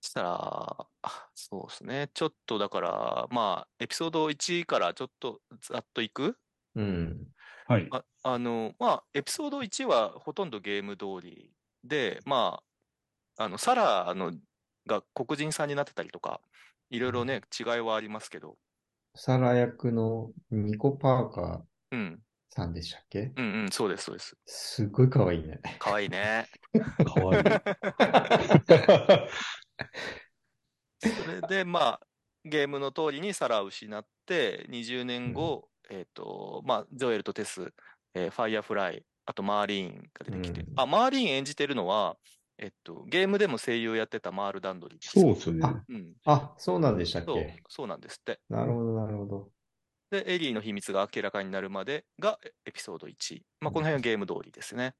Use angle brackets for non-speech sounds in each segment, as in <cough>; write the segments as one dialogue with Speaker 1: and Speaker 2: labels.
Speaker 1: したら、あそうですね。ちょっとだから、まあ、エピソード1からちょっとざっといく
Speaker 2: うん。
Speaker 3: はい。
Speaker 1: ああの、まあ、エピソード1はほとんどゲーム通りで、まあ、あの、サラのが黒人さんになってたりとか、いろいろね、違いはありますけど、
Speaker 2: サラ役のニコ・パーカ
Speaker 1: う
Speaker 2: ー
Speaker 1: ん、
Speaker 2: さんでしたっけ
Speaker 1: うん、うん、そうです、そうです。
Speaker 2: すごい可愛いね。
Speaker 1: かわいいね。
Speaker 3: か <laughs> わいい。
Speaker 1: それで、まあ、ゲームの通りにサラを失って、20年後、えっ、と、まあ、ジョエルとテス、えーファイアフライ、あとマーリーンが出てきて、
Speaker 2: うん
Speaker 1: あ、マーリーン演じてるのは、えっと、ゲームでも声優やってたマール・ダンドリーです
Speaker 3: そうっすね。
Speaker 2: あ
Speaker 1: うん、
Speaker 2: あ、そうなんでしたっ
Speaker 1: そう
Speaker 2: け、
Speaker 1: そうなんですって。
Speaker 2: なるほど、なるほど。
Speaker 1: で、エリーの秘密が明らかになるまでがえエピソード1。まあ、この辺はゲーム通りですね。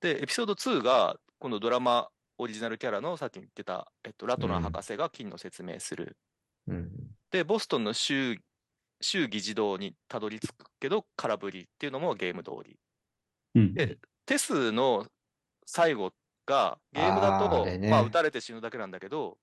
Speaker 1: で、エピソード2が、このドラマオリジナルキャラのさっき言ってた、えっと、ラトナー博士が金の説明する。
Speaker 2: うん。
Speaker 1: で、ボストンの州、州議事堂にたどり着くけど、空振りっていうのもゲーム通り。
Speaker 3: うん。
Speaker 1: で、テスの最後が、ゲームだ
Speaker 2: あー
Speaker 1: と、
Speaker 2: あれね
Speaker 1: まあ、撃たれて死ぬだけなんだけど、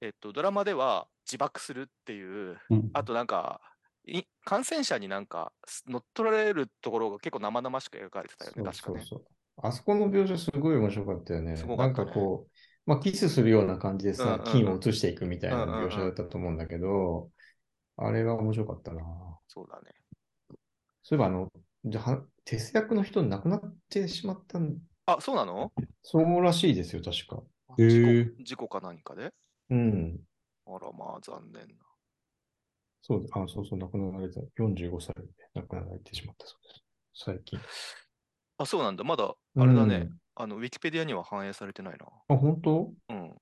Speaker 1: えっと、ドラマでは自爆するっていう、
Speaker 3: うん
Speaker 1: あとなんか、い感染者になんかす乗っ取られるところが結構生々しく描かれてたよね、
Speaker 2: そう
Speaker 1: 確か
Speaker 2: そう
Speaker 1: ね。
Speaker 2: そう。あそこの描写すごい面白かったよね。
Speaker 1: すごかったね
Speaker 2: なんかこう、まあ、キスするような感じで
Speaker 1: うんう
Speaker 2: さ
Speaker 1: ん、うん
Speaker 2: 金を移していくみたいな
Speaker 1: うんうんうん
Speaker 2: 描写だったと思うんだけど、あれは面白かったな。
Speaker 1: そうだね。
Speaker 2: そういえばあの、じゃあ、鉄役の人亡くなってしまったん、
Speaker 1: あ、そうなの
Speaker 2: そうらしいですよ、確か。
Speaker 3: へー
Speaker 1: 事故事故か何かで
Speaker 2: うん。
Speaker 1: あら、まあ、残念な。
Speaker 2: そう、あ、そうそう、亡くなられた。45歳で亡くなられてしまったそうです。最近。
Speaker 1: あ、そうなんだ。まだ、あれだね。
Speaker 2: うん
Speaker 1: あの、ウィキペディアには反映されてないな。
Speaker 2: あ、本当
Speaker 1: うん。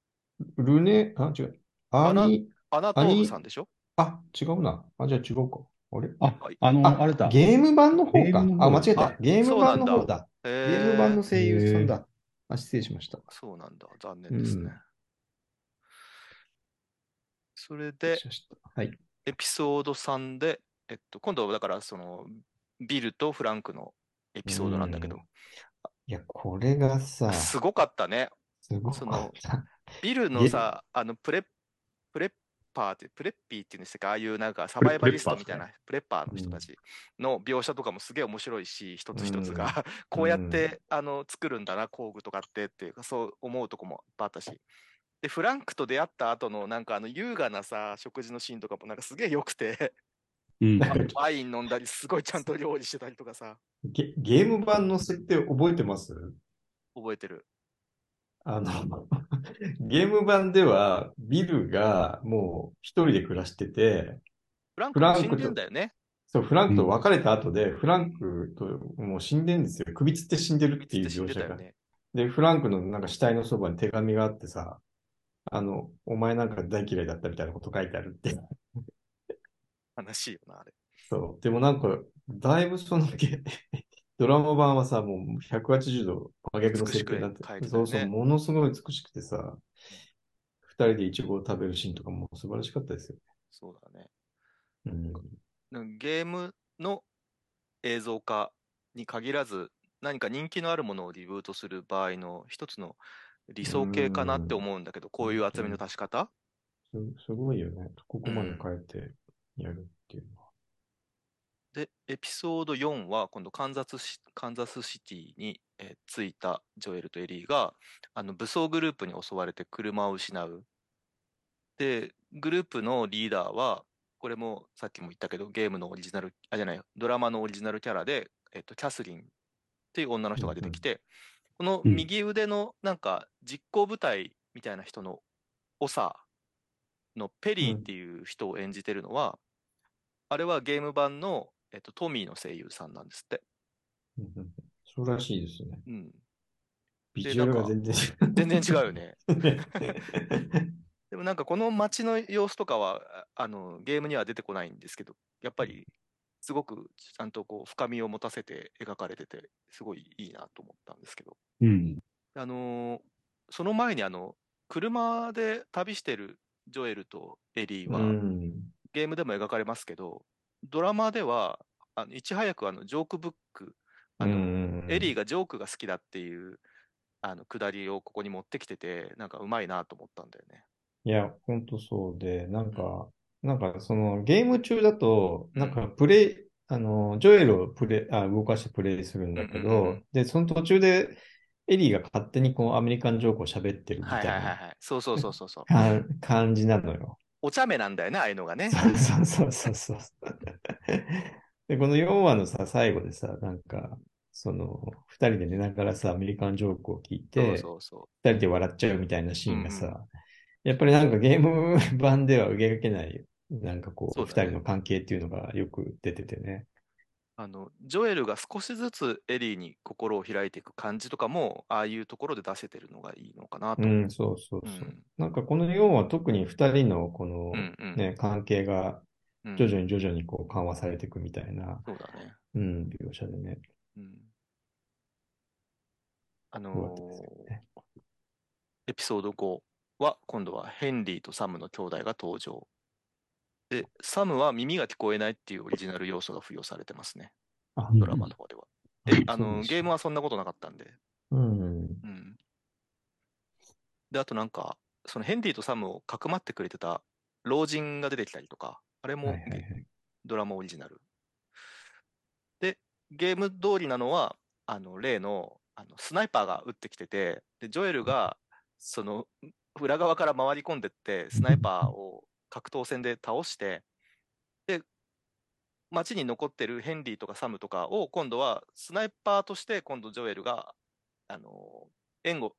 Speaker 2: ルネ、あ、違う。アーニー、
Speaker 1: アナトームさんでしょ
Speaker 2: あ、違うな。あ、じゃあ違うか。あれ
Speaker 3: あ、あの、あれだ。
Speaker 2: ゲーム版の方
Speaker 3: ゲ
Speaker 2: か。
Speaker 3: ームの
Speaker 2: あ、
Speaker 3: 方
Speaker 2: 間違え
Speaker 1: あ
Speaker 2: た。ゲーム版の
Speaker 1: そうな
Speaker 2: 方
Speaker 1: ん
Speaker 2: だ。
Speaker 1: ゲ
Speaker 2: ゲーム版の声優さん
Speaker 3: へ
Speaker 2: だ。あ、失礼しました。
Speaker 1: そうなんだ。残念ですね。
Speaker 2: うん
Speaker 1: それで、
Speaker 2: 失礼しましたはい。
Speaker 1: エピソード3で、えっと、今度はだから、その、ビルとフランクのエピソードなんだけど、
Speaker 2: いや、これがさ、す
Speaker 1: すごかったね。
Speaker 2: ご
Speaker 1: そ
Speaker 2: く
Speaker 1: の
Speaker 2: あった。
Speaker 1: ビルのさ、あの、プレ、プレッパーって、プレッピーっていうんでしたっけああいうなんかサバイバリストみたいな、プレッパーの人たちの描写とかもすげえ面白いし、一つ一つが、こうやって、あの、作るんだな、工具とかってっていうか、そう思うとこもいっぱいあったし。で、フランクと出会った後の、なんかあの、優雅なさ、食事のシーンとかもなんかすげえ良く
Speaker 2: <laughs>
Speaker 1: て、
Speaker 3: うん。
Speaker 1: ワイン飲んだり、すごいちゃんと料理してたりとかさ、
Speaker 2: ゲ、ゲーム版の設定覚えてます
Speaker 1: 覚えてる。
Speaker 2: あの、 <laughs> ゲーム版では、ビルがもう一人で暮らしてて、
Speaker 1: フランク
Speaker 2: フラン
Speaker 1: も死
Speaker 2: ク
Speaker 1: ん
Speaker 2: と
Speaker 1: でんだよね。
Speaker 2: そう、フランクと別れた後で、フランクともう死んでんですよ。首つって死んでるっていう
Speaker 1: 死ん
Speaker 2: 描
Speaker 1: で
Speaker 2: 写
Speaker 1: たよ
Speaker 2: が。
Speaker 1: ね。
Speaker 2: で、フランクのなんか死体のそばに手紙があってさ、あの、お前なんか大嫌いだったみたいなこと書いてあるって。
Speaker 1: 悲しいよな、あれ。
Speaker 2: そう。でもなんか、だいぶそのゲ、 <laughs> ドラマ版はさ、もう180度真逆の設定になっ
Speaker 1: 美しく描い
Speaker 2: て
Speaker 1: てたよね
Speaker 2: そうそう、ものすごい美しくてさ、二人でイチゴを食べるシーンとかも素晴らしかったですよ。
Speaker 1: そうだね。
Speaker 2: うん。
Speaker 1: なんかゲームの映像化に限らず、何か人気のあるものをリブートする場合の一つの理想形かなって思うんだけど、こういう厚みの足し方
Speaker 2: す、すごいよね。ここまで変えてやるっていうのは。
Speaker 1: で、エピソード4は、今度カンザスシ、カンザスシティに、えー着いたジョエルとエリーが、あの、武装グループに襲われて車を失う。で、グループのリーダーは、これもさっきも言ったけど、ゲームのオリジナル、あ、じゃない、ドラマのオリジナルキャラで、えっと、キャスリンっていう女の人が出てきて、この
Speaker 3: うん
Speaker 1: 右腕のなんか実行部隊みたいな人の長のペリーっていう人を演じてるのは、あれはゲーム版の、えっと、トミーの声優さんなんですって。
Speaker 2: うんうんそうらしいですね。
Speaker 1: うん。
Speaker 2: ビジュアルが全然
Speaker 1: 全然違うよね。
Speaker 2: <laughs> ね。
Speaker 1: でもなんかこの街の様子とかは、ああの、ゲームには出てこないんですけど、やっぱり、すごくちゃんとこう深みを持たせて描かれてて、すごいいいなと思ったんですけど。
Speaker 3: うん。
Speaker 1: あのーその前にあの、車で旅してるジョエルとエリーは、
Speaker 2: うん。
Speaker 1: ゲームでも描かれますけど、ドラマでは、あのいち早くあのジョークブック、あの、エリーがジョークが好きだっていう、あの、下りをここに持ってきてて、なんかうまいなと思ったんだよね。
Speaker 2: いや、ほんとそうで、なんか、なんかそのゲーム中だと、なんかプレイ、あの、ジョエルをプレイ、あ、動かしてプレイするんだけ
Speaker 1: うんうんう
Speaker 2: ど
Speaker 1: ん、
Speaker 2: で、その途中でエリーが勝手にこうアメリカンジョークを喋ってるみ
Speaker 1: はい
Speaker 2: た
Speaker 1: はい
Speaker 2: い
Speaker 1: はい
Speaker 2: な
Speaker 1: はい。そうそうそうそう
Speaker 2: <laughs>
Speaker 1: そう。
Speaker 2: かん感じな
Speaker 1: <laughs>
Speaker 2: のよ。
Speaker 1: お茶目なんだよね、ああいうのがね。
Speaker 2: そうそうそうそうそう。で、この4話のさ、最後でさ、なんか、その、2人で寝ながらさ、アメリカンジョークを聞い
Speaker 1: そう
Speaker 2: て、
Speaker 1: そうそ
Speaker 2: 二人で笑っちゃうみたいなシーン
Speaker 1: う
Speaker 2: が
Speaker 1: ん
Speaker 2: さ、やっぱりなんかゲーム <laughs> 版では描けない、なんかこう、
Speaker 1: そう
Speaker 2: 二
Speaker 1: だね
Speaker 2: 人の関係っていうのがよく出ててね。
Speaker 1: う。あの、ジョエルが少しずつエリーに心を開いていく感じとかも、ああいうところで出せてるのがいいのかなと。
Speaker 2: うん、そうそう
Speaker 1: う
Speaker 2: そう。
Speaker 1: ん。
Speaker 2: なんかこの4は特に二人のこの
Speaker 1: うんうん。
Speaker 2: ね、関係が
Speaker 1: うん
Speaker 2: 徐々に徐々にこう緩和されていくみたいな、
Speaker 1: そうだね。
Speaker 2: うん、描写でね。
Speaker 1: うん。あ
Speaker 2: よか
Speaker 1: の
Speaker 2: ったですよ
Speaker 1: ー
Speaker 2: ね。
Speaker 1: エピソード5は今度はヘンリーとサムの兄弟が登場。で、サムは耳が聞こえないっていうオリジナル要素が付与されてますね。
Speaker 2: あ
Speaker 1: ドラマの方
Speaker 2: <laughs>
Speaker 1: では。で、あのーゲーム
Speaker 3: は。
Speaker 1: はそんなことなかったんで。
Speaker 2: うん。
Speaker 1: うん。で、あとなんか、そのヘンリーとサムをかくまってくれてた老人が出てきたりとか、あれも
Speaker 2: はいはいはい。
Speaker 1: ドラマオリジナル。で、ゲーム通りなのは、あの、例の、あの、スナイパーが撃ってきてて、で、ジョエルが、その、裏側から回り込んでって、スナイパーを格闘戦で倒して、で、街に残ってるヘンリーとかサムとかを、今度はスナイパーとして、今度ジョエルが、あの、援護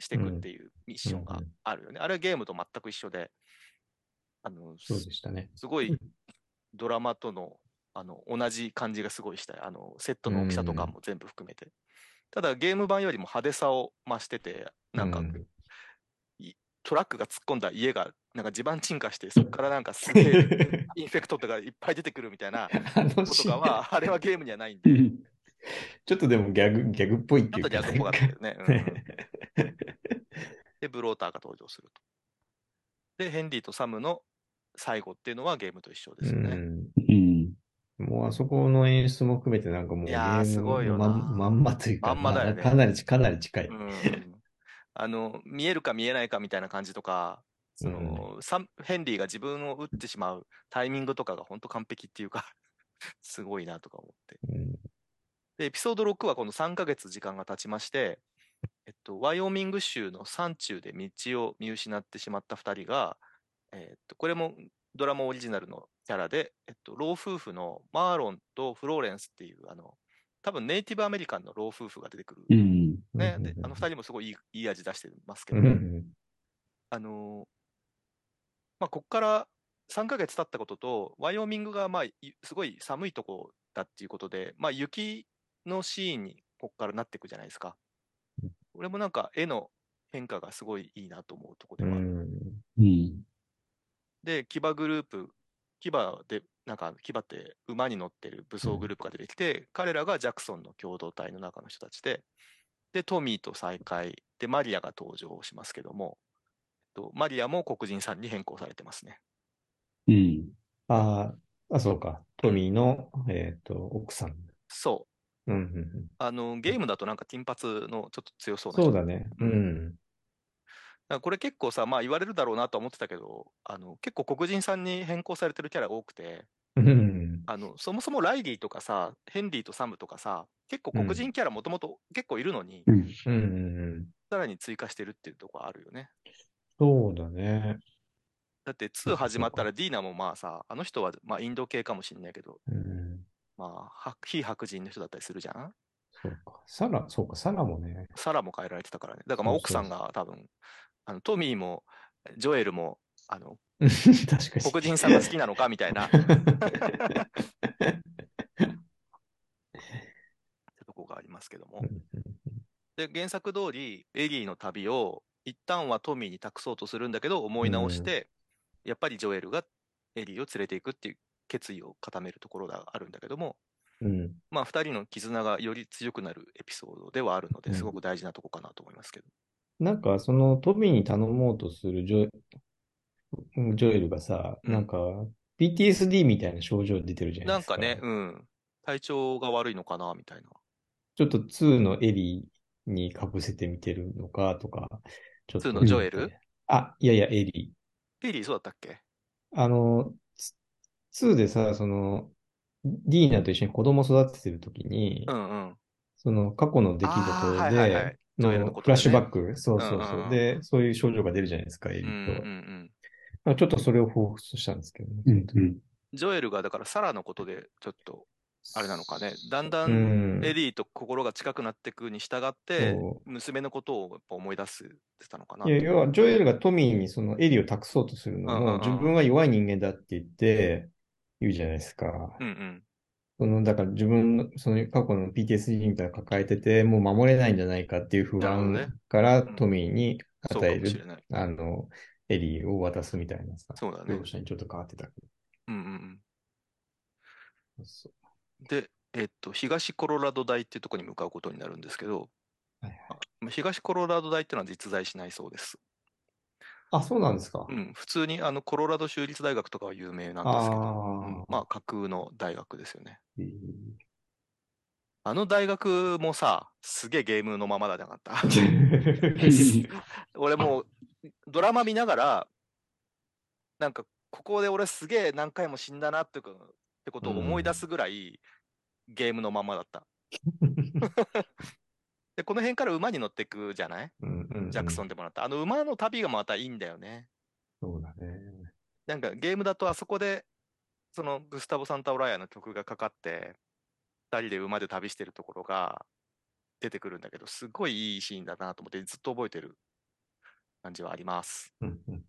Speaker 1: していくっていうミッションがあるよね。あれはゲームと全く一緒で、あの、
Speaker 2: そうでしたね。
Speaker 1: すご
Speaker 2: う
Speaker 1: い
Speaker 2: ん
Speaker 1: ドラマとのあの同じ感じがすごいしたいあのセットの大きさとか
Speaker 2: うん
Speaker 1: も全部含めて、ただゲーム版よりも派手さを増しててなんか、
Speaker 2: うん
Speaker 1: トラックが突っ込んだ家がなんか地盤沈下してそこからなんかすげえ <laughs> インフェクトとかいっぱい出てくるみたいなこ
Speaker 2: <laughs> あの
Speaker 1: と
Speaker 2: シー
Speaker 1: か
Speaker 2: ン、
Speaker 1: はあれはゲームにはないん
Speaker 3: う
Speaker 1: でち
Speaker 3: ん
Speaker 2: ちょっとでもギャグ、ギャグっぽいっ
Speaker 1: ょっ
Speaker 2: てい
Speaker 1: と
Speaker 2: うか
Speaker 1: 逆っぽかったよ
Speaker 2: <laughs>
Speaker 1: ね、うん
Speaker 2: なんか
Speaker 1: うんでブローターが登場するとでヘンリーとサムの最後っていうのはゲームと一緒ですよね、
Speaker 2: うん
Speaker 3: うん。
Speaker 2: もうあそこの演出も含めてなんかもう
Speaker 1: いやー
Speaker 2: ゲーム
Speaker 1: すごいよな
Speaker 2: まんまんまというか、
Speaker 1: まんまだよね
Speaker 2: かなりかなり近い。
Speaker 1: うん <laughs> あの見えるか見えないかみたいな感じとか、そのサムヘンリーが自分を打ってしまうタイミングとかが本当完璧っていうか <laughs> すごいなとか思って。
Speaker 2: うん
Speaker 1: で、エピソード6はこの3ヶ月時間が経ちまして、えっと、ワイオミング州の山中で道を見失ってしまった2人が、えっと、これもドラマオリジナルのキャラで、えっと、老夫婦のマーロンとフローレンスっていう、あの、多分ネイティブアメリカンの老夫婦が出てくる
Speaker 3: うん。
Speaker 1: ね、
Speaker 2: うん
Speaker 1: で
Speaker 2: うんうん
Speaker 1: あの二人もすごいいいいい味出してますけ
Speaker 2: う
Speaker 1: ど、
Speaker 2: んうん
Speaker 1: あのーまあ、ここから3ヶ月経ったことと、ワイオミングがまあいすごい寒いとこだっていうことで、まあ、雪のシーンにここからなっていくじゃないですか
Speaker 2: うん。
Speaker 1: これもなんか絵の変化がすごいいいなと思うとこ
Speaker 2: う
Speaker 1: ではある。
Speaker 2: ん
Speaker 3: うん。
Speaker 1: で、騎馬グループ、騎馬で、なんか騎馬って馬に乗ってる武装グループが出てきて、彼らがジャクソンの共同体の中の人たちで、で、トミーと再会、で、マリアが登場しますけども、えっとマリアも黒人さんに変更されてますね。
Speaker 3: うん。
Speaker 2: あーあ、そうか。トミーの、えっと、奥さん。
Speaker 1: そう。
Speaker 2: うんうんうん
Speaker 1: あの、ゲームだとなんか金髪のちょっと強そうな
Speaker 2: そう
Speaker 1: だ
Speaker 2: だね。うん。
Speaker 1: からこれ結構さ、まあ言われるだろうなとは思ってたけど、あの、結構黒人さんに変更されてるキャラが多くて、
Speaker 2: うん
Speaker 1: あの、そもそもライリーとかさ、ヘンリーとサムとかさ、結構
Speaker 2: う
Speaker 1: 黒
Speaker 2: ん
Speaker 1: 人キャラもともと結構いるのに、
Speaker 3: うん。
Speaker 2: うんうん。
Speaker 1: さらに追加してるっていうところあるよね。
Speaker 2: そうだね。
Speaker 1: だって
Speaker 2: う
Speaker 1: 2
Speaker 2: か
Speaker 1: 始まった
Speaker 2: そ
Speaker 1: らディーナもまあさ、あの人はまあインド系かもしんないけど、
Speaker 2: うん。
Speaker 1: まあ白非白人の人だったりするじゃん
Speaker 2: そうか。サラ、そうか、サラもね。 <laughs>
Speaker 1: サラも変えられてたからね。だからまあ
Speaker 2: そう
Speaker 1: 奥
Speaker 2: そう
Speaker 1: さんが多分、あのトミーもジョエルもあ
Speaker 2: <laughs>
Speaker 1: の
Speaker 2: 確かに。
Speaker 1: 黒人さんが好きなのかみたい
Speaker 2: <laughs>
Speaker 1: なってとこがありますけども
Speaker 2: う。ん
Speaker 1: で、原作通りエリーの旅を一旦はトミーに託そうとするんだけど思い直して、やっぱりジョエルがエリーを連れていくっていう決意を固めるところがあるんだけども、
Speaker 2: <laughs> うん。
Speaker 1: まあ、2人の絆がより強くなるエピソードではあるの
Speaker 2: う
Speaker 1: で、
Speaker 2: ん
Speaker 1: すごく大事なとこかなと思いますけど。
Speaker 2: なんか、そのトミーに頼もうとするジョ、ジョエルがさ、
Speaker 1: うん
Speaker 2: なんか、PTSD みたいな症状出てるじゃない
Speaker 1: な
Speaker 2: で
Speaker 1: ん
Speaker 2: すか。
Speaker 1: かね、うん、体調が悪いのかなみたいな。
Speaker 2: ちょっと2のエリにかぶせてみてるのかとか、ちょっと。
Speaker 1: 2の
Speaker 3: ジョ
Speaker 1: エル
Speaker 2: あ、いやいや、エリ
Speaker 1: エリーそうだったっけ
Speaker 2: ー。あの、つ2でさ、その、ディーナと一緒に子供育ててるときに、
Speaker 1: うんうん。
Speaker 2: その過去の出来
Speaker 1: あー
Speaker 2: 事
Speaker 1: はいはいはい
Speaker 2: で、
Speaker 1: ジョエルの
Speaker 2: の
Speaker 1: ことね
Speaker 2: フラッシュバック、そうそう
Speaker 1: うんうんう
Speaker 2: そ
Speaker 1: ん
Speaker 2: う。で、そういう症状が出るじゃないですか、エリ
Speaker 1: うん
Speaker 2: ー
Speaker 1: う
Speaker 2: と
Speaker 1: んうん。
Speaker 2: まあ。ちょっとそれを彷彿としたんですけどね。
Speaker 3: うん、うん。
Speaker 1: ジョエルがだからサラのことでちょっとあれなのかね。だんだ
Speaker 2: うんん。
Speaker 1: エリーと心が近くなってくに従って
Speaker 2: そ、
Speaker 1: 娘のことをやっぱ思い出すってたのかな。
Speaker 2: いや、要は、ジョエルがトミーにそのエリを託そうとするの
Speaker 1: うんうんう
Speaker 2: も、
Speaker 1: ん
Speaker 2: 自分は弱い人間だって言って、言うじゃないですか。
Speaker 1: うんうん。
Speaker 2: その、だから自分の、その過去の PTSD みたいなの抱えてて、もう守れないんじゃないかっていう不
Speaker 1: なるほどね
Speaker 2: 安から
Speaker 1: ん
Speaker 2: トミーに
Speaker 1: そう
Speaker 2: 与
Speaker 1: か
Speaker 2: え
Speaker 1: もしれ
Speaker 2: る、
Speaker 1: ない。
Speaker 2: あの、エリを渡すみたいなさ、
Speaker 1: そうだね
Speaker 2: 描。写にちょっと変わってたけ
Speaker 1: うんうんうん。
Speaker 2: ど。そう
Speaker 1: で、えっと、東コロラド大っていうところに向かうことになるんですけど、
Speaker 2: はいはい
Speaker 1: あ東コロラド大っていうのは実在しないそうです。
Speaker 2: あ、そうなんですか
Speaker 1: う。ん、普通にあのコロラド州立大学とかは有名なんですけど、
Speaker 2: あー
Speaker 1: うんまあ架空の大学ですよね。
Speaker 2: えー
Speaker 1: あの大学もさ、すげえゲームのままだじゃなかった。 <laughs> 俺もうドラマ見ながら、なんかここで俺すげえ何回も死んだなっていうかってことを思い出すぐらい、ゲームのままだ
Speaker 2: <laughs>
Speaker 1: った。で、この辺から馬に乗っていくじゃない
Speaker 2: うんうんうん
Speaker 1: ジャクソンでもらった。あの馬の旅がまたいいんだよね。
Speaker 2: そうだね。
Speaker 1: なんかゲームだとあそこで、そのグスタボ・サンタオライアの曲がかかって、二人で馬で旅してるところが出てくるんだけど、すごいいいシーンだなと思ってずっと覚えてる感じはあります。
Speaker 2: うんうん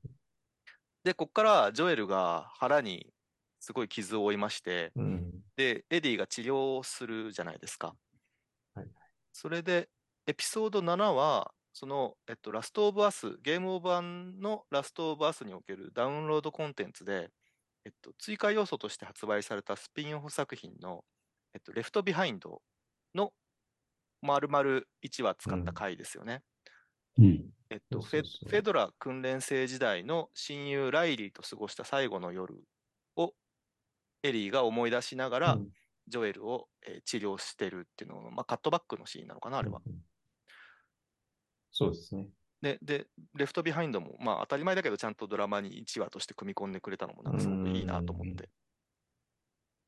Speaker 1: で、こっからジョエルが腹にすごい傷を負いまして、
Speaker 2: うん
Speaker 1: で、エディが治療をするじゃないですか。
Speaker 2: はいはい
Speaker 1: それで、エピソード7は、その、えっと、ラストオブアス、ゲームオブアンのラストオブアスにおけるダウンロードコンテンツで、えっと、追加要素として発売されたスピンオフ作品の、えっと、レフトビハインドの丸々1話使った回ですよね。
Speaker 3: うん。
Speaker 1: えっと、
Speaker 2: そうそう
Speaker 1: フ
Speaker 2: そう
Speaker 1: ェフェドラ訓練生時代の親友ライリーと過ごした最後の夜をエリーが思い出しながら、
Speaker 2: うん
Speaker 1: ジョエルを、えー治療してるっていうのを、まあ、カットバックのシーンなのかな、あれは。。
Speaker 2: うんそうですね。
Speaker 1: で、で、レフトビハインドも、まあ、当たり前だけど、ちゃんとドラマに1話として組み込んでくれたのも、なんかすごくいいなと思
Speaker 2: うん
Speaker 1: っ
Speaker 2: うんうん
Speaker 1: て。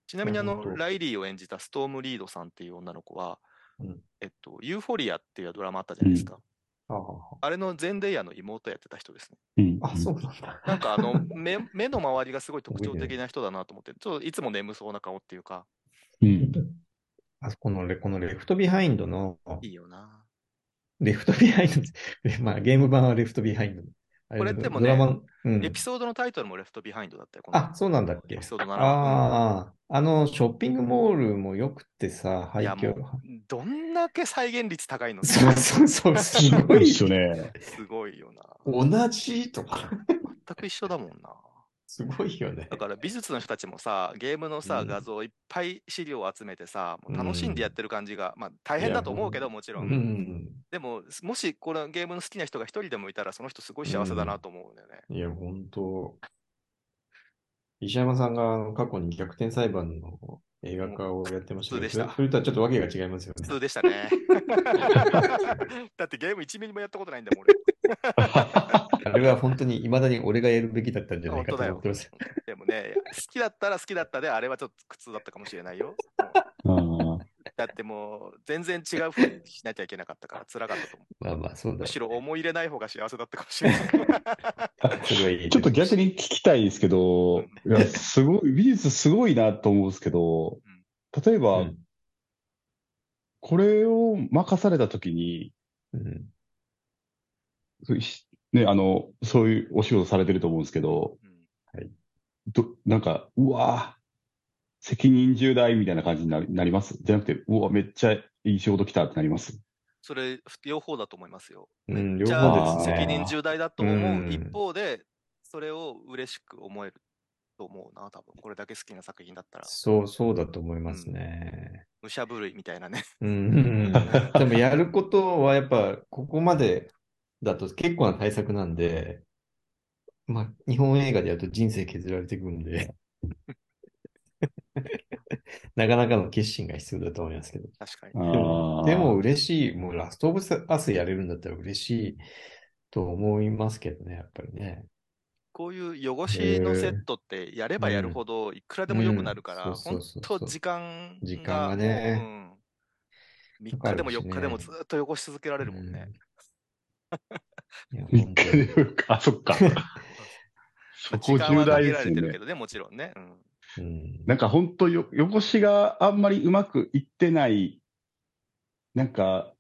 Speaker 1: ちなみに、あ
Speaker 2: いや
Speaker 1: の
Speaker 2: 本、当
Speaker 1: ライリーを演じたストーム・リードさんっていう女の子は、
Speaker 2: うん
Speaker 1: えっと、ユーフォリアっていうドラマあったじゃないですか。
Speaker 2: ああ
Speaker 1: あれのゼンデイヤの妹やってた人ですね。
Speaker 2: <laughs>
Speaker 3: うん。
Speaker 2: あ、そうなんだ。
Speaker 1: なんかあの目目の周りがすごい特徴的な人だなと思って、ちょっといつも眠そうな顔っていうか、
Speaker 3: うん。
Speaker 2: あそこのレ、このレフトビハインドの、
Speaker 1: いいよな。
Speaker 2: レフトビハインド <laughs> って、まあゲーム版はレフトビハインド。あ
Speaker 1: これでもね
Speaker 2: ドラマ、うん。
Speaker 1: エピソードのタイトルもレフトビハインドだったよ、この
Speaker 2: あ、そうなんだっけ。
Speaker 1: エ
Speaker 2: あ
Speaker 1: ピソード7は。
Speaker 2: あ、あの、ショッピングモールも良くてさ、
Speaker 1: い
Speaker 2: 廃
Speaker 1: やも
Speaker 2: 墟。
Speaker 1: うんどんだけ再現率高いの
Speaker 2: <laughs> そうそうそう、すごい。
Speaker 3: <laughs> 一緒ね。
Speaker 1: すごいよな。
Speaker 2: 同じとか。
Speaker 1: 全く一緒だもんな。
Speaker 2: すごいよね
Speaker 1: だ。から美術の人たちもさ、ゲームのさ、
Speaker 2: うん
Speaker 1: 画像をいっぱい資料を集めてさ、もう楽しんでやってる感じが、まあ大変だと思うけど、もち
Speaker 2: う
Speaker 1: ろん。
Speaker 2: ん。
Speaker 1: でも、もしこのゲームの好きな人が一人でもいたら、その人すごい幸せだなと思うんだよね。
Speaker 2: いや、本当石山さんがあの過去に逆転裁判の映画化をやってましたけど、
Speaker 1: 普通でした
Speaker 2: それそれとはちょっとわけが違いますよ
Speaker 1: 普
Speaker 2: ね。
Speaker 1: 通でしたね。 <laughs> だってゲーム1ミリもやったことないんだもん、俺。
Speaker 2: あれは本当に、いまだに俺がやるべきだったんじゃないかと思ってます。
Speaker 1: でもね、好きだったら好きだったで、あれはちょっと苦痛だったかもしれないよ。
Speaker 3: ああ。
Speaker 1: だってもう、全然違う風にしなきゃいけなかったから、辛かったと思う。
Speaker 2: まあまあ、そうだ
Speaker 1: む。しろ思い入れない方が幸せだったかもしれない。
Speaker 2: すごい。
Speaker 3: ちょっと逆に聞きたいですけど、いやすごい、美術すごいなと思うんですけど、例え
Speaker 2: う
Speaker 3: ば、
Speaker 2: ん
Speaker 3: これを任されたときに、
Speaker 2: うん
Speaker 3: そうしね、あの、そういうお仕事されてると思うんですけど、
Speaker 1: うん
Speaker 3: ど、なんか、うわぁ、責任重大みたいな感じにななりますじゃなくて、うわ、めっちゃいい仕事来たってなります
Speaker 1: <laughs> それ、両方だと思いますよ。
Speaker 2: うん、
Speaker 1: じ
Speaker 2: 両
Speaker 1: ゃ
Speaker 2: 方
Speaker 1: あ、
Speaker 2: です
Speaker 1: 責
Speaker 2: ね。
Speaker 1: 任重大だと思
Speaker 2: う
Speaker 1: うん一方で、それを嬉しく思えると思うな、多分これだけ好きな作品だったら、
Speaker 2: そう、そうだと思いますね。
Speaker 1: 武者震いみたいなね。 <laughs>
Speaker 2: うん。でもやることはやっぱ、ここまでだと結構な対策なんで、まあ、日本映画でやると人生削られていくんで、 <laughs> なかなかの決心が必要だと思いますけど。
Speaker 1: 確かに。
Speaker 3: あー
Speaker 2: でも、嬉しい。もうラストオブアスやれるんだったら嬉しいと思いますけどね、やっぱりね。
Speaker 1: こういう汚しのセットってやればやるほどいくらでも良くなるから、
Speaker 2: うんそう
Speaker 1: 本
Speaker 2: そうそうそう
Speaker 1: 当時間
Speaker 2: 時間がね
Speaker 1: うん、3
Speaker 2: かか
Speaker 1: 日
Speaker 2: る
Speaker 1: でも
Speaker 2: しね
Speaker 1: 4日でもずっと汚し続けられるもんね。
Speaker 2: うん。いや
Speaker 3: 3
Speaker 2: <laughs> 本当
Speaker 3: 日
Speaker 2: に
Speaker 3: でよく、あ、そっか。そこ
Speaker 1: 時間は
Speaker 3: 重
Speaker 1: か
Speaker 3: 大
Speaker 1: け
Speaker 3: で
Speaker 1: ら
Speaker 3: す
Speaker 1: れ
Speaker 3: よ
Speaker 1: てる
Speaker 3: ね
Speaker 1: け。どね、もちろんね。うん
Speaker 2: うん
Speaker 3: なんか本当よ、汚しがあんまりうまくいってない、なんか、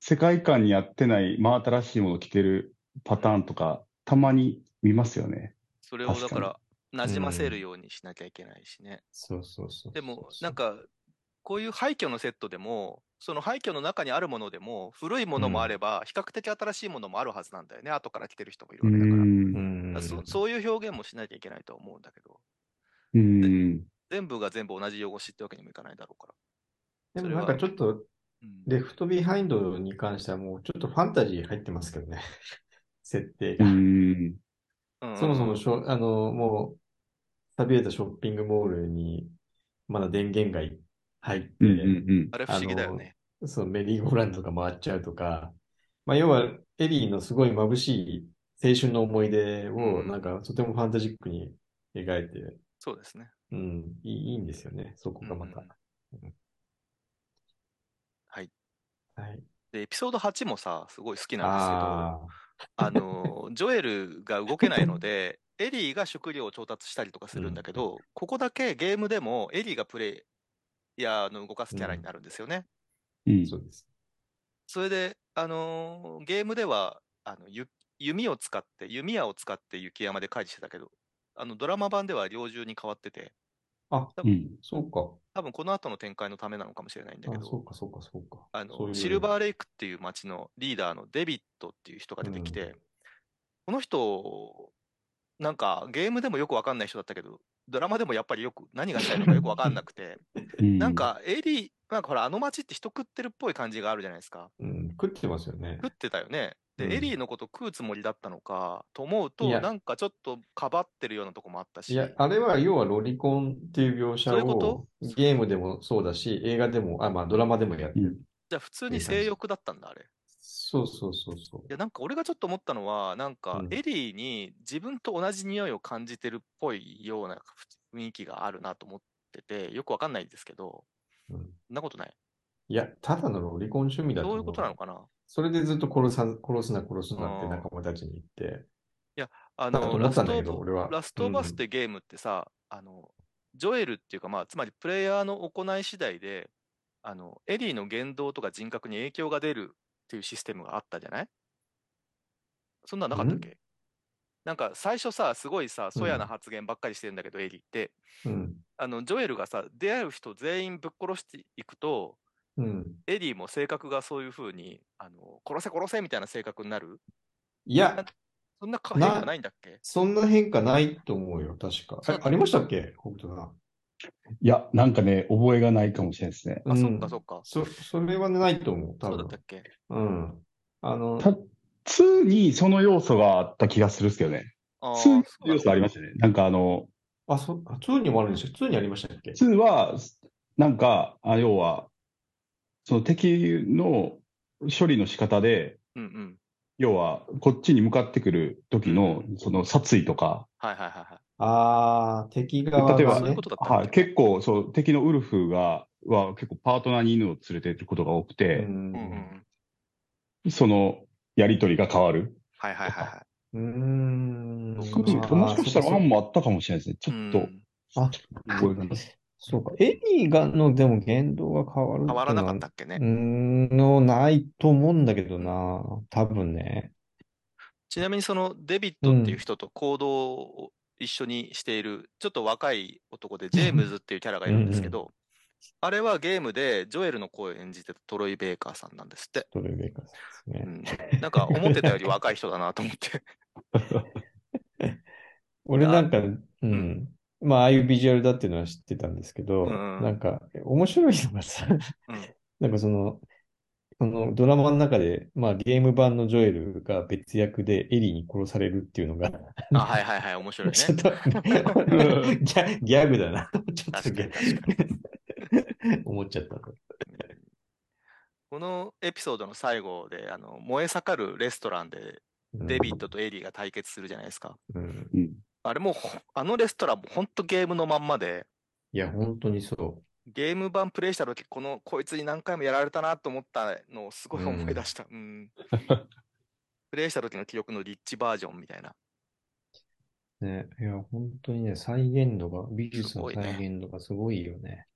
Speaker 3: 世界観に合ってない真新しいものを着てるパターンとか、たまに見ますよね。
Speaker 1: それをだ
Speaker 3: 確
Speaker 1: か、
Speaker 3: から
Speaker 1: なじませる
Speaker 2: うん
Speaker 1: ようにしなきゃいけないしね。
Speaker 2: そうそうそう。
Speaker 1: でも、なん、か、こういう廃墟のセットでも、その廃墟の中にあるものでも、古いものもあれば、比較的新しいものもあるはずなんだよね。後から来てる人もいる
Speaker 3: う。
Speaker 1: わけだから。
Speaker 2: うんん
Speaker 1: だからそそういう表現もしなきゃいけないとは思うんだけど、
Speaker 3: うん。
Speaker 1: 全部が全部同じ汚しってわけにもいかないだろうから。
Speaker 2: でもなんかちょっと、
Speaker 1: うん
Speaker 2: レフトビハインドに関してはもうちょっとファンタジー入ってますけどね。 <laughs> 設定
Speaker 3: う
Speaker 2: が。
Speaker 3: ん。
Speaker 1: うん
Speaker 2: そもそもしょ、あの、もう、寂れたショッピングモールに、まだ電源がい入って、
Speaker 3: うん。うん。
Speaker 1: あれ不思議だよね。
Speaker 2: そのメリーゴーランドが回っちゃうとか、まあ、要は、エリーのすごい眩しい青春の思い出
Speaker 1: う
Speaker 2: を、
Speaker 1: ん
Speaker 2: なんか、とてもファンタジックに描いて、
Speaker 1: そうですね。
Speaker 2: うん、いいいいんですよね。そこがまた。
Speaker 1: はい。
Speaker 2: はい。
Speaker 1: で、エピソード8もさ、すごい好きなんですけど、あ
Speaker 2: ああ、
Speaker 1: の、ジョエルが動けないので、エリーが食料を調達したりとかするんだけど、ここだけゲームでもエリーがプレイヤーの動かすキャラになるんですよね。
Speaker 3: うん。
Speaker 2: そうです。
Speaker 1: それで、あのーゲームではあのゆ弓を使って弓矢を使って雪山で回避してたけどあのドラマ版では猟銃に変わってて
Speaker 3: うん。
Speaker 2: そうか。
Speaker 1: 多分この後の展開のためなのかもしれないんだけ
Speaker 2: あ、そ
Speaker 1: ど
Speaker 2: うか、そうか、そうか。
Speaker 1: あ
Speaker 2: そう
Speaker 1: の
Speaker 2: いう
Speaker 1: シルバーレイクっていう町のリーダーのデビットっていう人が出てきて、
Speaker 2: うん
Speaker 1: この人なんかゲームでもよくわかんない人だったけどドラマでもやっぱりよく何がしたいのかよくわかんなくて
Speaker 3: うん
Speaker 1: なん、かエリーなんかほらあの町って人食ってるっぽい感じがあるじゃないですか。
Speaker 2: うん、食ってますよね。
Speaker 1: 食ってたよね。で、
Speaker 2: うん
Speaker 1: エリーのこと食うつもりだったのかと思う
Speaker 2: い
Speaker 1: と、
Speaker 2: や
Speaker 1: なんかちょっとかばってるようなとこもあったし、
Speaker 2: いや、あれは要はロリコンっていう描写
Speaker 1: そういうこ
Speaker 2: をゲームでもそうだし、映画でも、あ、まあドラマでもやってる。
Speaker 1: じゃあ普通に性欲だったんだ、あれ。
Speaker 2: そうそうそうそ
Speaker 1: いや、なんか俺がちょっと思ったのは、なんか
Speaker 2: うん
Speaker 1: エリーに自分と同じ匂いを感じてるっぽいような雰囲気があるなと思ってて、よくわかんないですけど、
Speaker 2: う。うん
Speaker 1: そんなことない。
Speaker 2: いや、ただのロリコン趣味だと
Speaker 1: どうい
Speaker 2: 思
Speaker 1: うことなのかな
Speaker 2: それでずっと殺さ、殺すな、殺すなって
Speaker 1: うん
Speaker 2: 仲間たちに言って。
Speaker 1: あ
Speaker 2: だと
Speaker 1: の、
Speaker 2: 思
Speaker 1: ラ
Speaker 2: った
Speaker 1: ス
Speaker 2: んだ
Speaker 1: ト
Speaker 2: け
Speaker 1: オ
Speaker 2: ど、
Speaker 1: ブ
Speaker 2: 俺は。
Speaker 1: ラストバスっ
Speaker 2: で
Speaker 1: てゲームってさ、あの、ジョエルっていうか、まあ、つまりプレイヤーの行い次第で、あの、エリーの言動とか人格に影響が出るっていうシステムがあったじゃないそんなのなかったっけなんか最初さ、すごいさ、そやな発言ばっかりしてるんだけど、エリーって、
Speaker 2: うん。
Speaker 1: あの、ジョエルがさ、出会う人全員ぶっ殺していくと、
Speaker 2: うん。
Speaker 1: エリーも性格がそういう風に、あの、殺せ殺せみたいな性格になる
Speaker 2: いや、
Speaker 1: そんな変
Speaker 2: な
Speaker 1: 化ないんだっけ
Speaker 2: そんな変化ないと思うよ、確か。
Speaker 1: そう
Speaker 2: えありましたっけ北斗さん。
Speaker 3: いや、なんかね、覚えがないかもしれないですね。
Speaker 1: あ、そっか
Speaker 2: うん
Speaker 1: そっか。
Speaker 2: そ、それはないと思う、多
Speaker 1: そうだ
Speaker 2: 分
Speaker 1: ったっけ
Speaker 2: うん。あの、
Speaker 3: た2にその要素があった気がするんですけどね。
Speaker 1: あーそうな
Speaker 3: 2に要素ありま
Speaker 1: し
Speaker 3: したね。なんかあの、
Speaker 2: あ、そ、あ、2にもあるんでしょ ?2 にありましたっけ
Speaker 3: 2は、なんか、あ要は、その敵の処理の仕方で、
Speaker 1: うんうん。
Speaker 3: 要は、こっちに向かってくる時の、その殺意とか、
Speaker 1: はいはいはいはい。
Speaker 2: ああ、敵側
Speaker 3: 例えば
Speaker 2: が
Speaker 1: そういう
Speaker 2: ね
Speaker 1: こ。とだった
Speaker 3: はい、結構、そう、敵のウルフが、は結構パートナーに犬を連れてることが多く
Speaker 2: う。
Speaker 3: て、
Speaker 1: うんうんうんん。
Speaker 3: その、やりとりが変わる。
Speaker 1: はいはいはいは
Speaker 2: うーん。
Speaker 1: うん
Speaker 3: そういうこともしかしたら案もあったかもしれないです
Speaker 1: い。
Speaker 3: ね。ちょっ
Speaker 1: う
Speaker 3: と
Speaker 1: ん、
Speaker 2: あ、
Speaker 3: 覚えがない。
Speaker 2: そうか。エリーがの、でも言動が変わる
Speaker 1: 変わらなかった
Speaker 2: っ
Speaker 1: っけ
Speaker 2: て
Speaker 1: ね。
Speaker 2: いうのはうーん、のないと思うんだけどな。多分ね。
Speaker 1: ちなみにそのデビットっていう人と行動を一緒にしている、ちょっと若い男でジェームズっていうキャラがいるんですけど、あれはゲームでジョエルの声を演じてたトロイ・ベイカーさんなんですって。
Speaker 2: トレベーカーさんです
Speaker 1: う
Speaker 2: ね。
Speaker 1: ん、なんか思ってたより若い人だなと思って。
Speaker 2: 俺なんか、うん
Speaker 1: ん。
Speaker 2: まあ、ああいうビジュアルだっていうのは知ってたんですけど、
Speaker 1: うん
Speaker 2: なんか、面白いのがさ、
Speaker 1: うん
Speaker 2: なんかその、そのドラマの中で、まあ、ゲーム版のジョエルが別役でエリーに殺されるっていうのが、
Speaker 1: あ、はいはいはい、面白いね。
Speaker 2: <laughs> ちょっとギャ、ギャグだな。ちょっと
Speaker 1: 確かに確か
Speaker 2: 思っちゃった。
Speaker 1: このエピソードの最後で、あの、燃え盛るレストランでデビッドとエリーが対決するじゃないですか。
Speaker 2: うん。
Speaker 3: うん。
Speaker 1: あれもほ、あのレストランも本当ゲームのまんまで、
Speaker 2: いや、本当にそ
Speaker 1: ゲーム版プレイした時、この、こいつに何回もやられたなと思ったのをすごい思い出した。うん。プレイした時の記憶のリッチバージョンみたいな。
Speaker 2: う。ね、いや、本当にね、再現度が、美術の
Speaker 1: すごいね
Speaker 2: 再現度がすごいよね。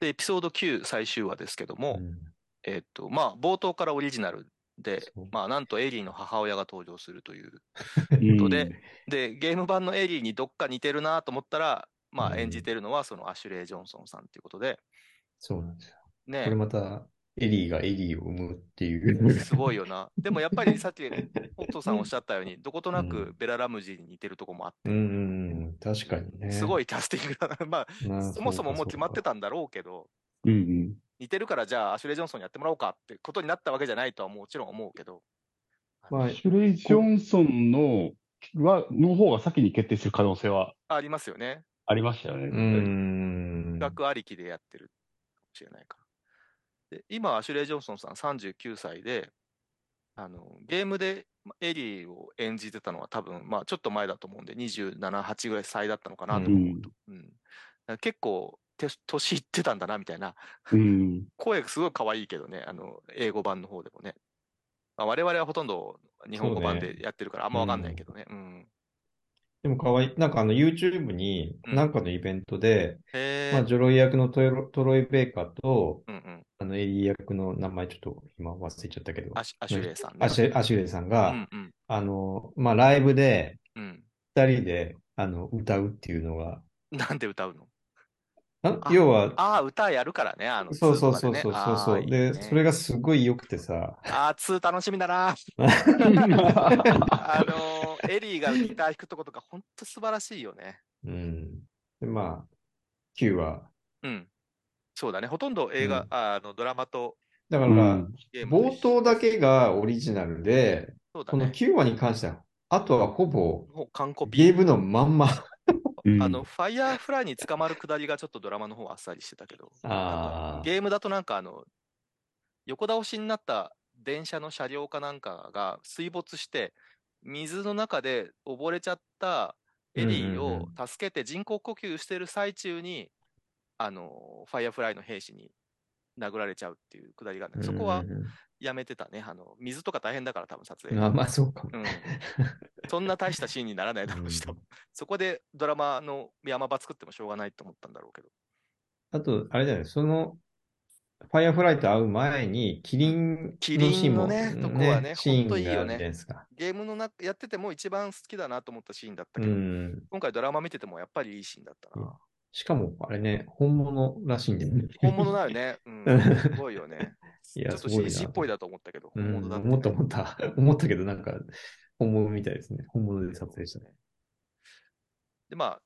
Speaker 1: で、エピソード9最終話ですけども、
Speaker 2: うん
Speaker 1: えっと、まあ、冒頭からオリジナルで
Speaker 2: そう、
Speaker 1: まあ、なんとエリーの母親が登場するという。
Speaker 3: うん
Speaker 1: とで、で、ゲーム版のエリーにどっか似てるなと思ったら、ま
Speaker 2: う
Speaker 1: あ、
Speaker 2: ん
Speaker 1: 演じてるのはそのアシュレイ・ジョンソンさんということで、
Speaker 2: そうなんですよ。これ
Speaker 1: ね、
Speaker 2: また、エリーがエリーを生むっていう。
Speaker 1: すごいよな。でもやっぱりさっ
Speaker 2: <laughs>
Speaker 1: き、北斗さんおっしゃったように、どことな
Speaker 2: う
Speaker 1: くベラ・ラムジーに似てるとこもあっ
Speaker 2: う
Speaker 1: て、
Speaker 2: んうんうん、確かにね。
Speaker 1: すごいキャスティングだな。 <laughs> ま
Speaker 2: な
Speaker 1: あ、
Speaker 2: あ
Speaker 1: そもそももう決まって
Speaker 2: た。
Speaker 1: たんだろうけど、
Speaker 3: うんうん。
Speaker 1: 似てるからじゃあアシュレイ・ジョンソンやってもらおうかってことになったわけじゃないとはもちろん思うけど、
Speaker 2: まあ、
Speaker 3: シュレイ・ジョンソンのはの方が先に決定する可能性は
Speaker 1: ありますよね。
Speaker 3: ありましたよね。
Speaker 2: うーん。
Speaker 1: 企画ありきでやってるかもしれないから。で今、アシュレイ・ジョンソンさん39歳で、あのゲームでまエリーを演じてたのは多分、まあ、ちょっと前だと思うんで、27、8ぐらい歳だったのかなと思うと。うんだから結構、て年いってたんだなみたいな。
Speaker 3: うん。
Speaker 1: 声すごい可愛いけどね、あの英語版の方でもね。まあ、我々はほとんど日本語版
Speaker 2: そうね
Speaker 1: でやってるからあんまわかんないけどね。うん
Speaker 2: でもかわいい。なんかあの YouTube に、
Speaker 1: うん
Speaker 2: なんかのイベントで、
Speaker 1: へ
Speaker 2: まあ、
Speaker 1: え。
Speaker 2: ジョロイ役のトロトロイ・ベイカーと、
Speaker 1: うんうん。
Speaker 2: あのエリー役の名前ちょっと今忘れちゃったけど、
Speaker 1: アシアシュレイさんね。
Speaker 2: アシュアシュレイさんが、
Speaker 1: うんうん
Speaker 2: あの、まあ、ライブで、
Speaker 1: うん。
Speaker 2: 二人で、あの、歌うっていうのが、
Speaker 1: なん <laughs> で歌うの
Speaker 2: あ
Speaker 1: あ
Speaker 2: 要は、
Speaker 1: ああ、歌やるからね。あの
Speaker 2: そうそう
Speaker 1: ツーとかでね
Speaker 2: そうそうそうそう、
Speaker 1: あーいい
Speaker 2: で、
Speaker 1: ね
Speaker 2: それがすごい良くてさ、
Speaker 1: あー、2楽しみだ
Speaker 2: <laughs>
Speaker 1: な。あのーエリーがギター弾くとことか、ほんと素晴らしいよね。
Speaker 2: うん。で、まあ、9は、
Speaker 1: うん。そうだね。ほとんど映画、
Speaker 2: うん
Speaker 1: あのドラマと
Speaker 2: だか
Speaker 3: う
Speaker 2: ら、
Speaker 3: ん
Speaker 1: ゲームと一緒
Speaker 2: 冒頭だけがオリジナルで、
Speaker 1: そうだ
Speaker 2: この
Speaker 1: ね。
Speaker 2: 9話に関しては、あとはほぼ
Speaker 1: もう完コピ
Speaker 2: ゲームのまんま。
Speaker 3: うん
Speaker 1: あの、ファイヤーフライに捕まるくだりがちょっとドラマの方はあっさりしてたけど、
Speaker 2: あー
Speaker 1: ゲームだとなんかあの、横倒しになった電車の車両かなんかが水没して、水の中で溺れちゃったエリー
Speaker 2: うんう
Speaker 1: を
Speaker 2: ん
Speaker 1: 助けて人工呼吸してる最中に、あの、ファイヤーフライの兵士に殴られちゃうっていうくだりがあるんだけどそこは
Speaker 2: うんうんうん
Speaker 1: やめてたね。あの、水とか大変だから多分撮影。
Speaker 2: まあまあ、そうか。
Speaker 1: うん、そんな大したシーンにならないだろうし、多分そこでドラマの山場作ってもしょうがないと思ったんだろうけど。
Speaker 2: あと、あれだよね、その、ファイアフライと会う前に、キリン
Speaker 1: キリンの
Speaker 2: シーンも
Speaker 1: ねとこはね
Speaker 2: シーン
Speaker 1: ほんといいよね
Speaker 2: があるじゃないですか。
Speaker 1: ゲームの中やってても一番好きだなと思ったシーンだった
Speaker 2: う
Speaker 1: けど、
Speaker 2: ん。
Speaker 1: 今回ドラマ見ててもやっぱりいいシーンだったな。
Speaker 2: しかも、あれね、本物らしいんだよね。
Speaker 1: 本物だよね。うん、すごいよね。
Speaker 2: <laughs> いや
Speaker 1: ちょっと
Speaker 2: すごいな
Speaker 1: CG っぽいだと思ったけど、
Speaker 2: う
Speaker 1: 本
Speaker 2: ん、
Speaker 1: 物だ
Speaker 2: 思った
Speaker 1: ね
Speaker 2: 思った。思ったけど、なんか、本物みたいですね。本物で撮影したね。
Speaker 1: で、まあ、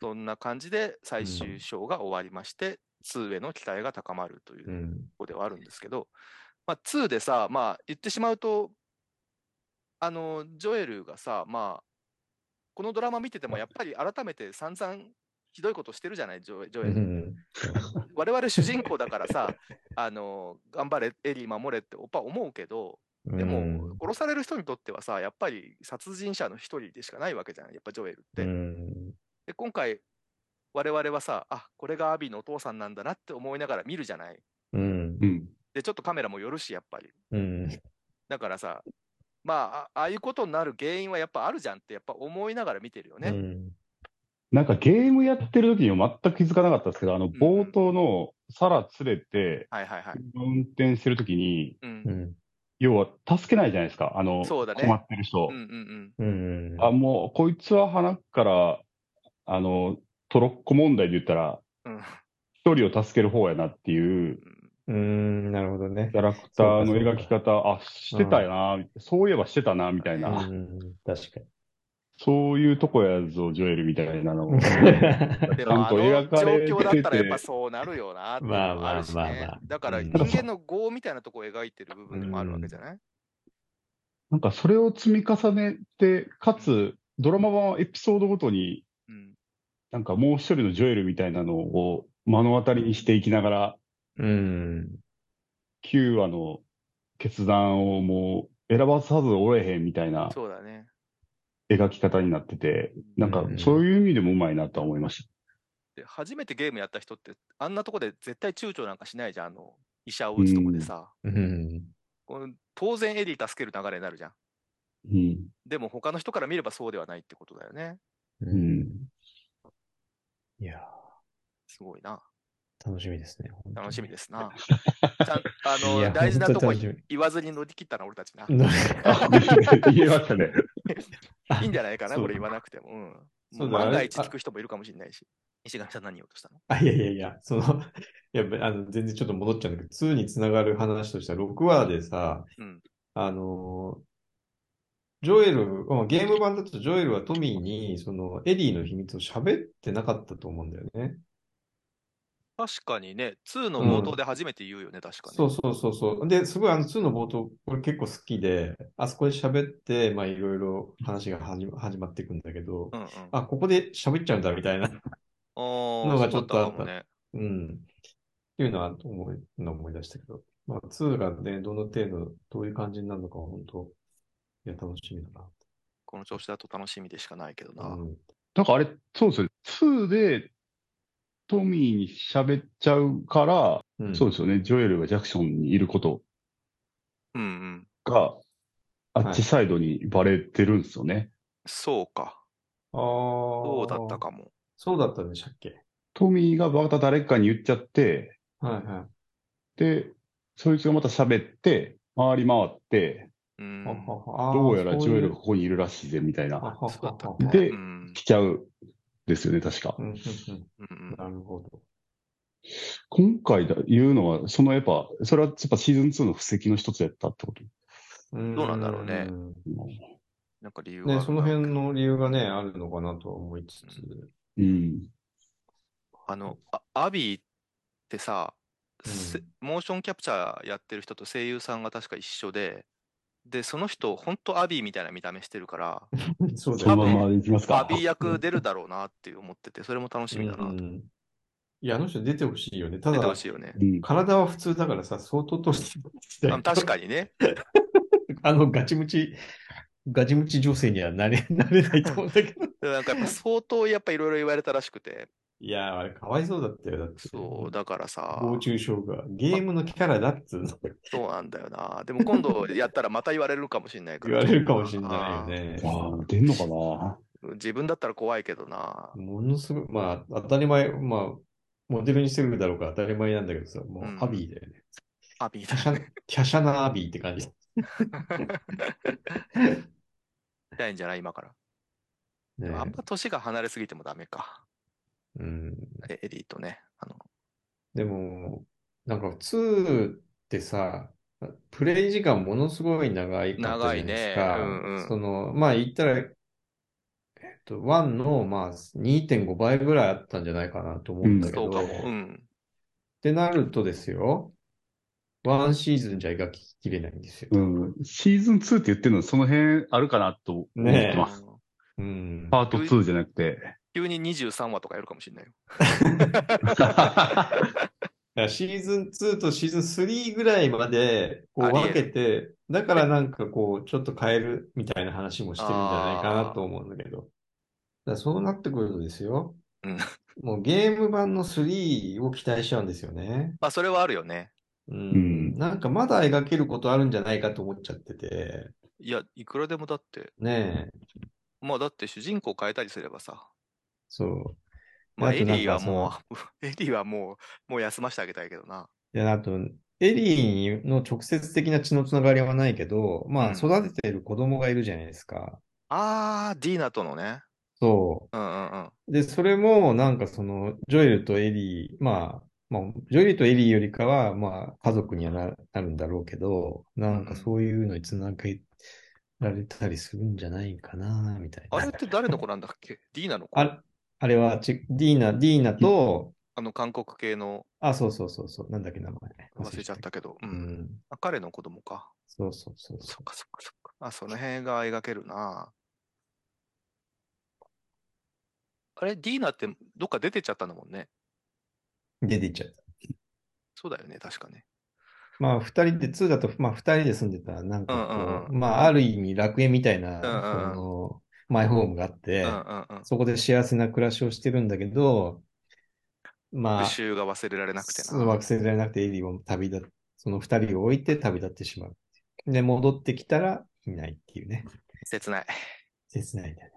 Speaker 1: そんな感じで最終章が終わりまして、2への期待が高まるといううと
Speaker 2: ん。
Speaker 1: ころではあるんですけど、まあ、2でさ、まあ、言ってしまうと、あの、ジョエルがさ、まあ、このドラマ見てても、やっぱり改めて散々ひどいことしてるじゃない、ジョエジョ
Speaker 2: う
Speaker 1: エル。
Speaker 2: ん。
Speaker 1: 我々主人公だからさ、 <laughs> あの、頑張れ、エリー守れって、おっぱ思うけど、でも、殺される人にとってはさ、やっぱり殺人者の一人でしかないわけじゃない、やっぱジョエルっ
Speaker 2: う
Speaker 1: て。
Speaker 2: ん、
Speaker 1: で、今回、我々はさ、あ、これがアビーのお父さんなんだなって思いながら見るじゃない。
Speaker 2: うん、
Speaker 3: うん。
Speaker 1: で、ちょっとカメラも寄るし、やっぱり。
Speaker 2: うん、
Speaker 1: だからさ、まあ、あああいうことになる原因はやっぱあるじゃんって、やっぱ思いながら見てるよね。
Speaker 2: うん。
Speaker 3: なんかゲームやってる時には全く気づかなかったんですけど、あの冒頭のサラ連れて
Speaker 1: はいはいはい。
Speaker 3: 運転してる時に、
Speaker 1: うん。
Speaker 2: う
Speaker 1: うん
Speaker 2: ん、
Speaker 3: 要は助けないじゃないですか、あの、
Speaker 1: そうだね
Speaker 3: 困ってる人
Speaker 1: うんう。ん。
Speaker 2: うん。
Speaker 3: あ、もうこいつは鼻から、あの、トロッコ問題で言ったら、
Speaker 1: うん。
Speaker 3: 一人を助ける方やなっていう
Speaker 2: うん、なるほどね
Speaker 3: キ。ャラクターの描き方、あ、してたよな、そういえばしてたな、みたいうな、
Speaker 2: ん、確かに。
Speaker 3: そういうとこやぞ、ジョエルみたい
Speaker 2: <laughs>
Speaker 3: なの
Speaker 1: で
Speaker 3: <laughs>
Speaker 1: も、あの
Speaker 3: ちゃんと描か
Speaker 1: 状
Speaker 3: れてて
Speaker 1: 況だったらやっぱそうなるよなっていうのはあるし
Speaker 2: まあまあまあま
Speaker 1: ね
Speaker 2: あ。
Speaker 1: だから、
Speaker 2: うん
Speaker 1: 人間の業みたいなとこを描いてる部分でもあるわけじゃない
Speaker 3: なんかそれを積み重ねて、かつ、ドラマ版はエピソードごとに、
Speaker 1: うん。
Speaker 3: なんかもう一人のジョエルみたいなのを目の当たりにしていきながら、
Speaker 2: うん。
Speaker 3: 9話の決断をもう選ばさず折れへんみたいな
Speaker 1: そうだね。
Speaker 3: 描き方になってて、なんか
Speaker 2: うん
Speaker 3: そういう意味でもうまいなとは思いまし
Speaker 1: で、初めてゲームやった人って、あんなとこで絶対躊躇なんかしないじゃん。あの、医者を打つとこでさ。
Speaker 2: うん。
Speaker 1: この当然エリー助ける流れになるじゃん。
Speaker 3: た。うん。
Speaker 1: でも他の人から見ればそうではないってことだよね。
Speaker 2: う。
Speaker 3: うん
Speaker 2: <laughs>
Speaker 3: ん。 <laughs>
Speaker 2: いや
Speaker 1: すごいな。
Speaker 2: ー、楽しみですね。本当に
Speaker 1: 楽しみです
Speaker 2: <laughs>
Speaker 1: な。ちゃんあ
Speaker 2: いや
Speaker 1: の、大事なとこ
Speaker 2: 本当に楽し
Speaker 1: 言わずに乗り切ったな、俺たち
Speaker 2: <laughs>
Speaker 1: な。
Speaker 2: み
Speaker 3: 言えましたね。
Speaker 1: いいんじゃないかな、
Speaker 2: そう
Speaker 1: これ言わなくても。うん。も
Speaker 2: そううだ
Speaker 1: 万が一
Speaker 2: あ
Speaker 1: 聞く人もいるかもしれないし。石上さん何言おうとしたの
Speaker 2: あ、いやいやいや、その、 <laughs> いや、あの、全然ちょっと戻っちゃうんだけど、2につながる話としては、6話でさ、
Speaker 1: うん
Speaker 2: あの、ジョエル、まあゲーム版だとジョエルはトミーに、その、エリーの秘密を喋ってなかったと思うんだよね。
Speaker 1: 確かにね、2の
Speaker 2: うん
Speaker 1: 冒頭で初めて言うよね、確かに。
Speaker 2: そうそうそうそう。で、すごいあの2の冒頭、これ結構好きで、あそこで喋って、まあいろいろ話が始ま始まっていくんだけど
Speaker 1: う、んうん。あ
Speaker 2: あ、ここで喋っちゃうんだみたいな、
Speaker 1: ー
Speaker 2: のがちょっとあった
Speaker 1: そうだ
Speaker 2: うん。っていうのは思い、の思い出したけど。まあ、2がね、どの程度、どういう感じになるのかは本当、いや、楽しみだ
Speaker 1: この調子だと楽しみでしかないけどな。
Speaker 2: な。うん。
Speaker 3: なんかあれ、そうですよね。2でトミーに喋っちゃうから、
Speaker 2: うん
Speaker 3: そうですよね。ジョエルがジャクソンにいること
Speaker 1: うんうん。
Speaker 3: が、あっちサイドにバレてるんですよね。
Speaker 1: そうか。
Speaker 2: ああ。
Speaker 1: そ
Speaker 2: そ
Speaker 1: うだった。かも。
Speaker 2: そうだったんでしたっけ
Speaker 3: トミーがまた誰かに言っちゃって、
Speaker 2: はいはい。
Speaker 3: で、そいつがまた喋って、回り回って、
Speaker 1: うん。
Speaker 2: ど
Speaker 3: どうやらジョエル
Speaker 2: が
Speaker 3: がここにいるらしいぜ、みたい
Speaker 2: は
Speaker 3: な、
Speaker 2: は
Speaker 1: そうだった
Speaker 2: は
Speaker 1: っけ
Speaker 3: で
Speaker 1: うん
Speaker 3: 来ちゃうですよね、確か
Speaker 2: う。んうんう
Speaker 1: うんうん
Speaker 2: ん。なるほど。
Speaker 3: 今回だ言うのは、そのやっぱ、それはやっぱシーズン2の布石の一つやったってこと。
Speaker 2: どう
Speaker 1: どうなんだろうねなんか理由があ
Speaker 2: ね、
Speaker 1: る
Speaker 2: そ
Speaker 1: んだ
Speaker 2: の辺の理由がね、あるのかなとは思いつつ。
Speaker 3: うん。
Speaker 1: あの、あアビーってさ、
Speaker 2: うん
Speaker 1: せモーションキャプチャーやってる人と声優さんが確か一緒で、で、その人、ほんとアビーみたいな見た目してるから、
Speaker 2: そうだ
Speaker 3: そ
Speaker 1: 多
Speaker 2: よ
Speaker 3: の
Speaker 1: 分
Speaker 2: ね。
Speaker 3: ままいきます
Speaker 1: ア
Speaker 3: か
Speaker 1: ビ。ー役出るだろうなって思ってて、それも楽しみだな
Speaker 2: う
Speaker 1: と。
Speaker 2: んいや、あの人出てほしいよね。た
Speaker 1: 出て
Speaker 2: だ
Speaker 1: ほ、しいよね。
Speaker 3: うん
Speaker 2: 体は普通だからさ、相当通して
Speaker 1: あ確かにね。
Speaker 2: に。あの、ガチムチ、ガチムチ女性にはなれ、 <laughs> なれないと思うんだけど。
Speaker 1: でもなんかやっぱ相当やっぱいろいろ言われたらしくて、
Speaker 2: いやー、あれかわいそうだったよ。だって。
Speaker 1: そう、だからさ、
Speaker 2: 誹謗中傷が。ゲームのキャラだっつうの
Speaker 1: そうなんだよな。でも今度やったらまた言われるかもしれないか
Speaker 2: 言
Speaker 1: ら。
Speaker 2: われるかもしれないよね。
Speaker 3: ああ、出んのかな
Speaker 1: 自分だったら怖いけどな。
Speaker 2: ものすごい、まあ、当たり前、まあ、モデルにしてるだろうから当たり前なんだけどさ、もう
Speaker 1: うん
Speaker 2: アビーだよね。
Speaker 1: アビー
Speaker 2: 華
Speaker 1: だ
Speaker 2: 奢華奢なアビーって感じ。
Speaker 1: みたいんじゃない今から。
Speaker 2: ね
Speaker 1: あんま年が離れすぎてもダメか。
Speaker 2: うん、
Speaker 1: えエリーとね。あの
Speaker 2: でも、なんか2ってさ、プレイ時間ものすごい長いかったじゃないですか。
Speaker 1: 長いねうんうん
Speaker 2: その、まあ言ったら、えっと、1の、まあ、2.5倍ぐらいあったんじゃないかなと思うんだけ
Speaker 1: そう
Speaker 2: ど、
Speaker 1: か
Speaker 2: っ
Speaker 1: も。うん。
Speaker 2: てなるとですよ、1シーズンじゃ描ききれないんですよ。
Speaker 3: うん。シーズン2って言ってるのはその辺あるかなと思っ
Speaker 2: ね
Speaker 3: てます。
Speaker 2: うん。
Speaker 3: パート2じゃなく <laughs> て。
Speaker 1: 急に23話とかやるかもしれないよ。
Speaker 2: だからシーズン2とシーズン3ぐらいまでこ
Speaker 1: あ
Speaker 2: う
Speaker 1: りえ
Speaker 2: 分けて、だからなんかこう、ちょっと変えるみたいな話もしてるんじゃないかなと思うんだけど。だからそうなってくるとですよ
Speaker 1: うん。
Speaker 2: もうゲーム版の3を期待しちゃうんですよね。
Speaker 1: まあ、それはあるよね。
Speaker 2: う。
Speaker 3: うんん
Speaker 2: なんかまだ描けることあるんじゃないかと思っちゃってて。
Speaker 1: いや、いくらでもだって。
Speaker 2: ねえ。
Speaker 1: まあ、だって主人公変えたりすればさ。
Speaker 2: そう。
Speaker 1: まあ、
Speaker 2: あ
Speaker 1: エ
Speaker 2: と
Speaker 1: リー
Speaker 2: なん
Speaker 1: は
Speaker 2: かその
Speaker 1: も <laughs> う、エリーはもう、もう休ませてあげたいけどな。
Speaker 2: で、あと、エリーの直接的な血のつながりはないけど、
Speaker 1: う
Speaker 2: まあ
Speaker 1: ん
Speaker 2: 育ててる子供がいるじゃないですか。
Speaker 1: あー、ディーナとのね。
Speaker 2: そう。
Speaker 1: うんうんうん。
Speaker 2: で、それも、なんかその、ジョエルとエリー、まあ、まあ、ジョエルとエリーよりかは、まあ、家族にはな、なるんだろうけど、なんかそういうのにつなげ、られたりするんじゃないかな、みたいな。
Speaker 1: あれって誰の子なんだっけ ?D なのか
Speaker 2: あれあれはち、ディーナ、ディーナと、
Speaker 1: あの韓国系の
Speaker 2: あ、そうそうそうそう、なんだっけ、名前。
Speaker 1: 忘れちゃったけど、う。
Speaker 2: うんん。
Speaker 1: あ彼の子供か。
Speaker 2: そうそうそう
Speaker 1: そ
Speaker 2: そ
Speaker 1: っかそっかそっか。あ、その辺が描けるな。あれ、ディーナってどっか出てっちゃったんだもんね。
Speaker 2: う。出ていっちゃった。
Speaker 1: そうだよね、確かね。
Speaker 2: まあ、二人で、2だと、まあ、二人で住んでたら、なんかこう、
Speaker 1: うんうんうん
Speaker 2: まあ、ある意味楽園みたいな、
Speaker 1: うんうん
Speaker 2: その、マイホームがあって、
Speaker 1: うんうんうん。
Speaker 2: そこで幸せな暮らしをしてるんだけど、まあ、
Speaker 1: 復讐が忘れられなくて
Speaker 2: そ
Speaker 1: な。
Speaker 2: の惑星じゃなくてエリーを旅立っその二人を置いて旅立ってしまう。で、戻ってきたらいないっていうね。
Speaker 1: 切ない。
Speaker 2: 切ないんだよね。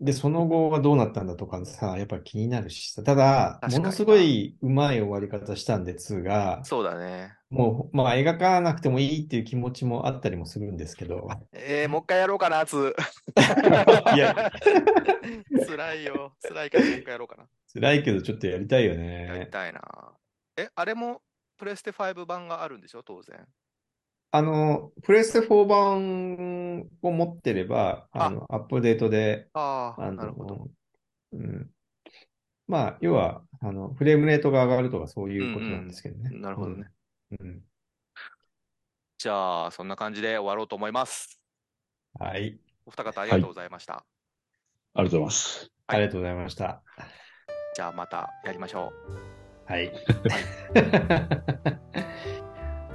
Speaker 2: で、その後はどうなったんだとかさ、やっぱ気になるしさ。ただ、
Speaker 1: 確かに
Speaker 2: ものすごいうまい終わり方したんで、2が、
Speaker 1: そうだね。
Speaker 2: もう、まあ、描かなくてもいいっていう気持ちもあったりもするんですけ
Speaker 1: <laughs>
Speaker 2: ど、
Speaker 1: えー、もう一回やろうかな、つ。 <laughs>
Speaker 2: いや、
Speaker 1: 辛いよ。辛いけど、もう一回やろうかな。
Speaker 2: 辛いけどちょっとやりたいよ
Speaker 1: やり
Speaker 2: ね。
Speaker 1: たいな。え、あれもプレステ5版があるんでしょ、当然。
Speaker 2: あの、プレステ4版を持ってれば、あの、アップデートで、
Speaker 1: あ
Speaker 2: あ
Speaker 1: あ、なるほど。
Speaker 2: の、うん。まあ、要は、あの、フレームレートが上がるとかそういうことなんですけどね。
Speaker 1: なるほどね。
Speaker 2: うん。うん。
Speaker 1: じゃあ、そんな感じで終わろうと思います。
Speaker 2: はい。
Speaker 1: お二方ありがとうございました。
Speaker 3: ありがとうございます。
Speaker 2: ありがとうございました。
Speaker 1: じゃあ、またやりましょ
Speaker 2: <laughs> はい。
Speaker 1: う。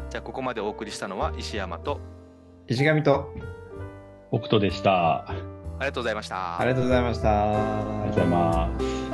Speaker 1: じゃあ、ここまでお送りしたのは石山と、
Speaker 2: 石神と、
Speaker 3: 北斗でした。あ
Speaker 1: ありがとうございました。
Speaker 2: ありがとうございました。
Speaker 3: りがとうございます。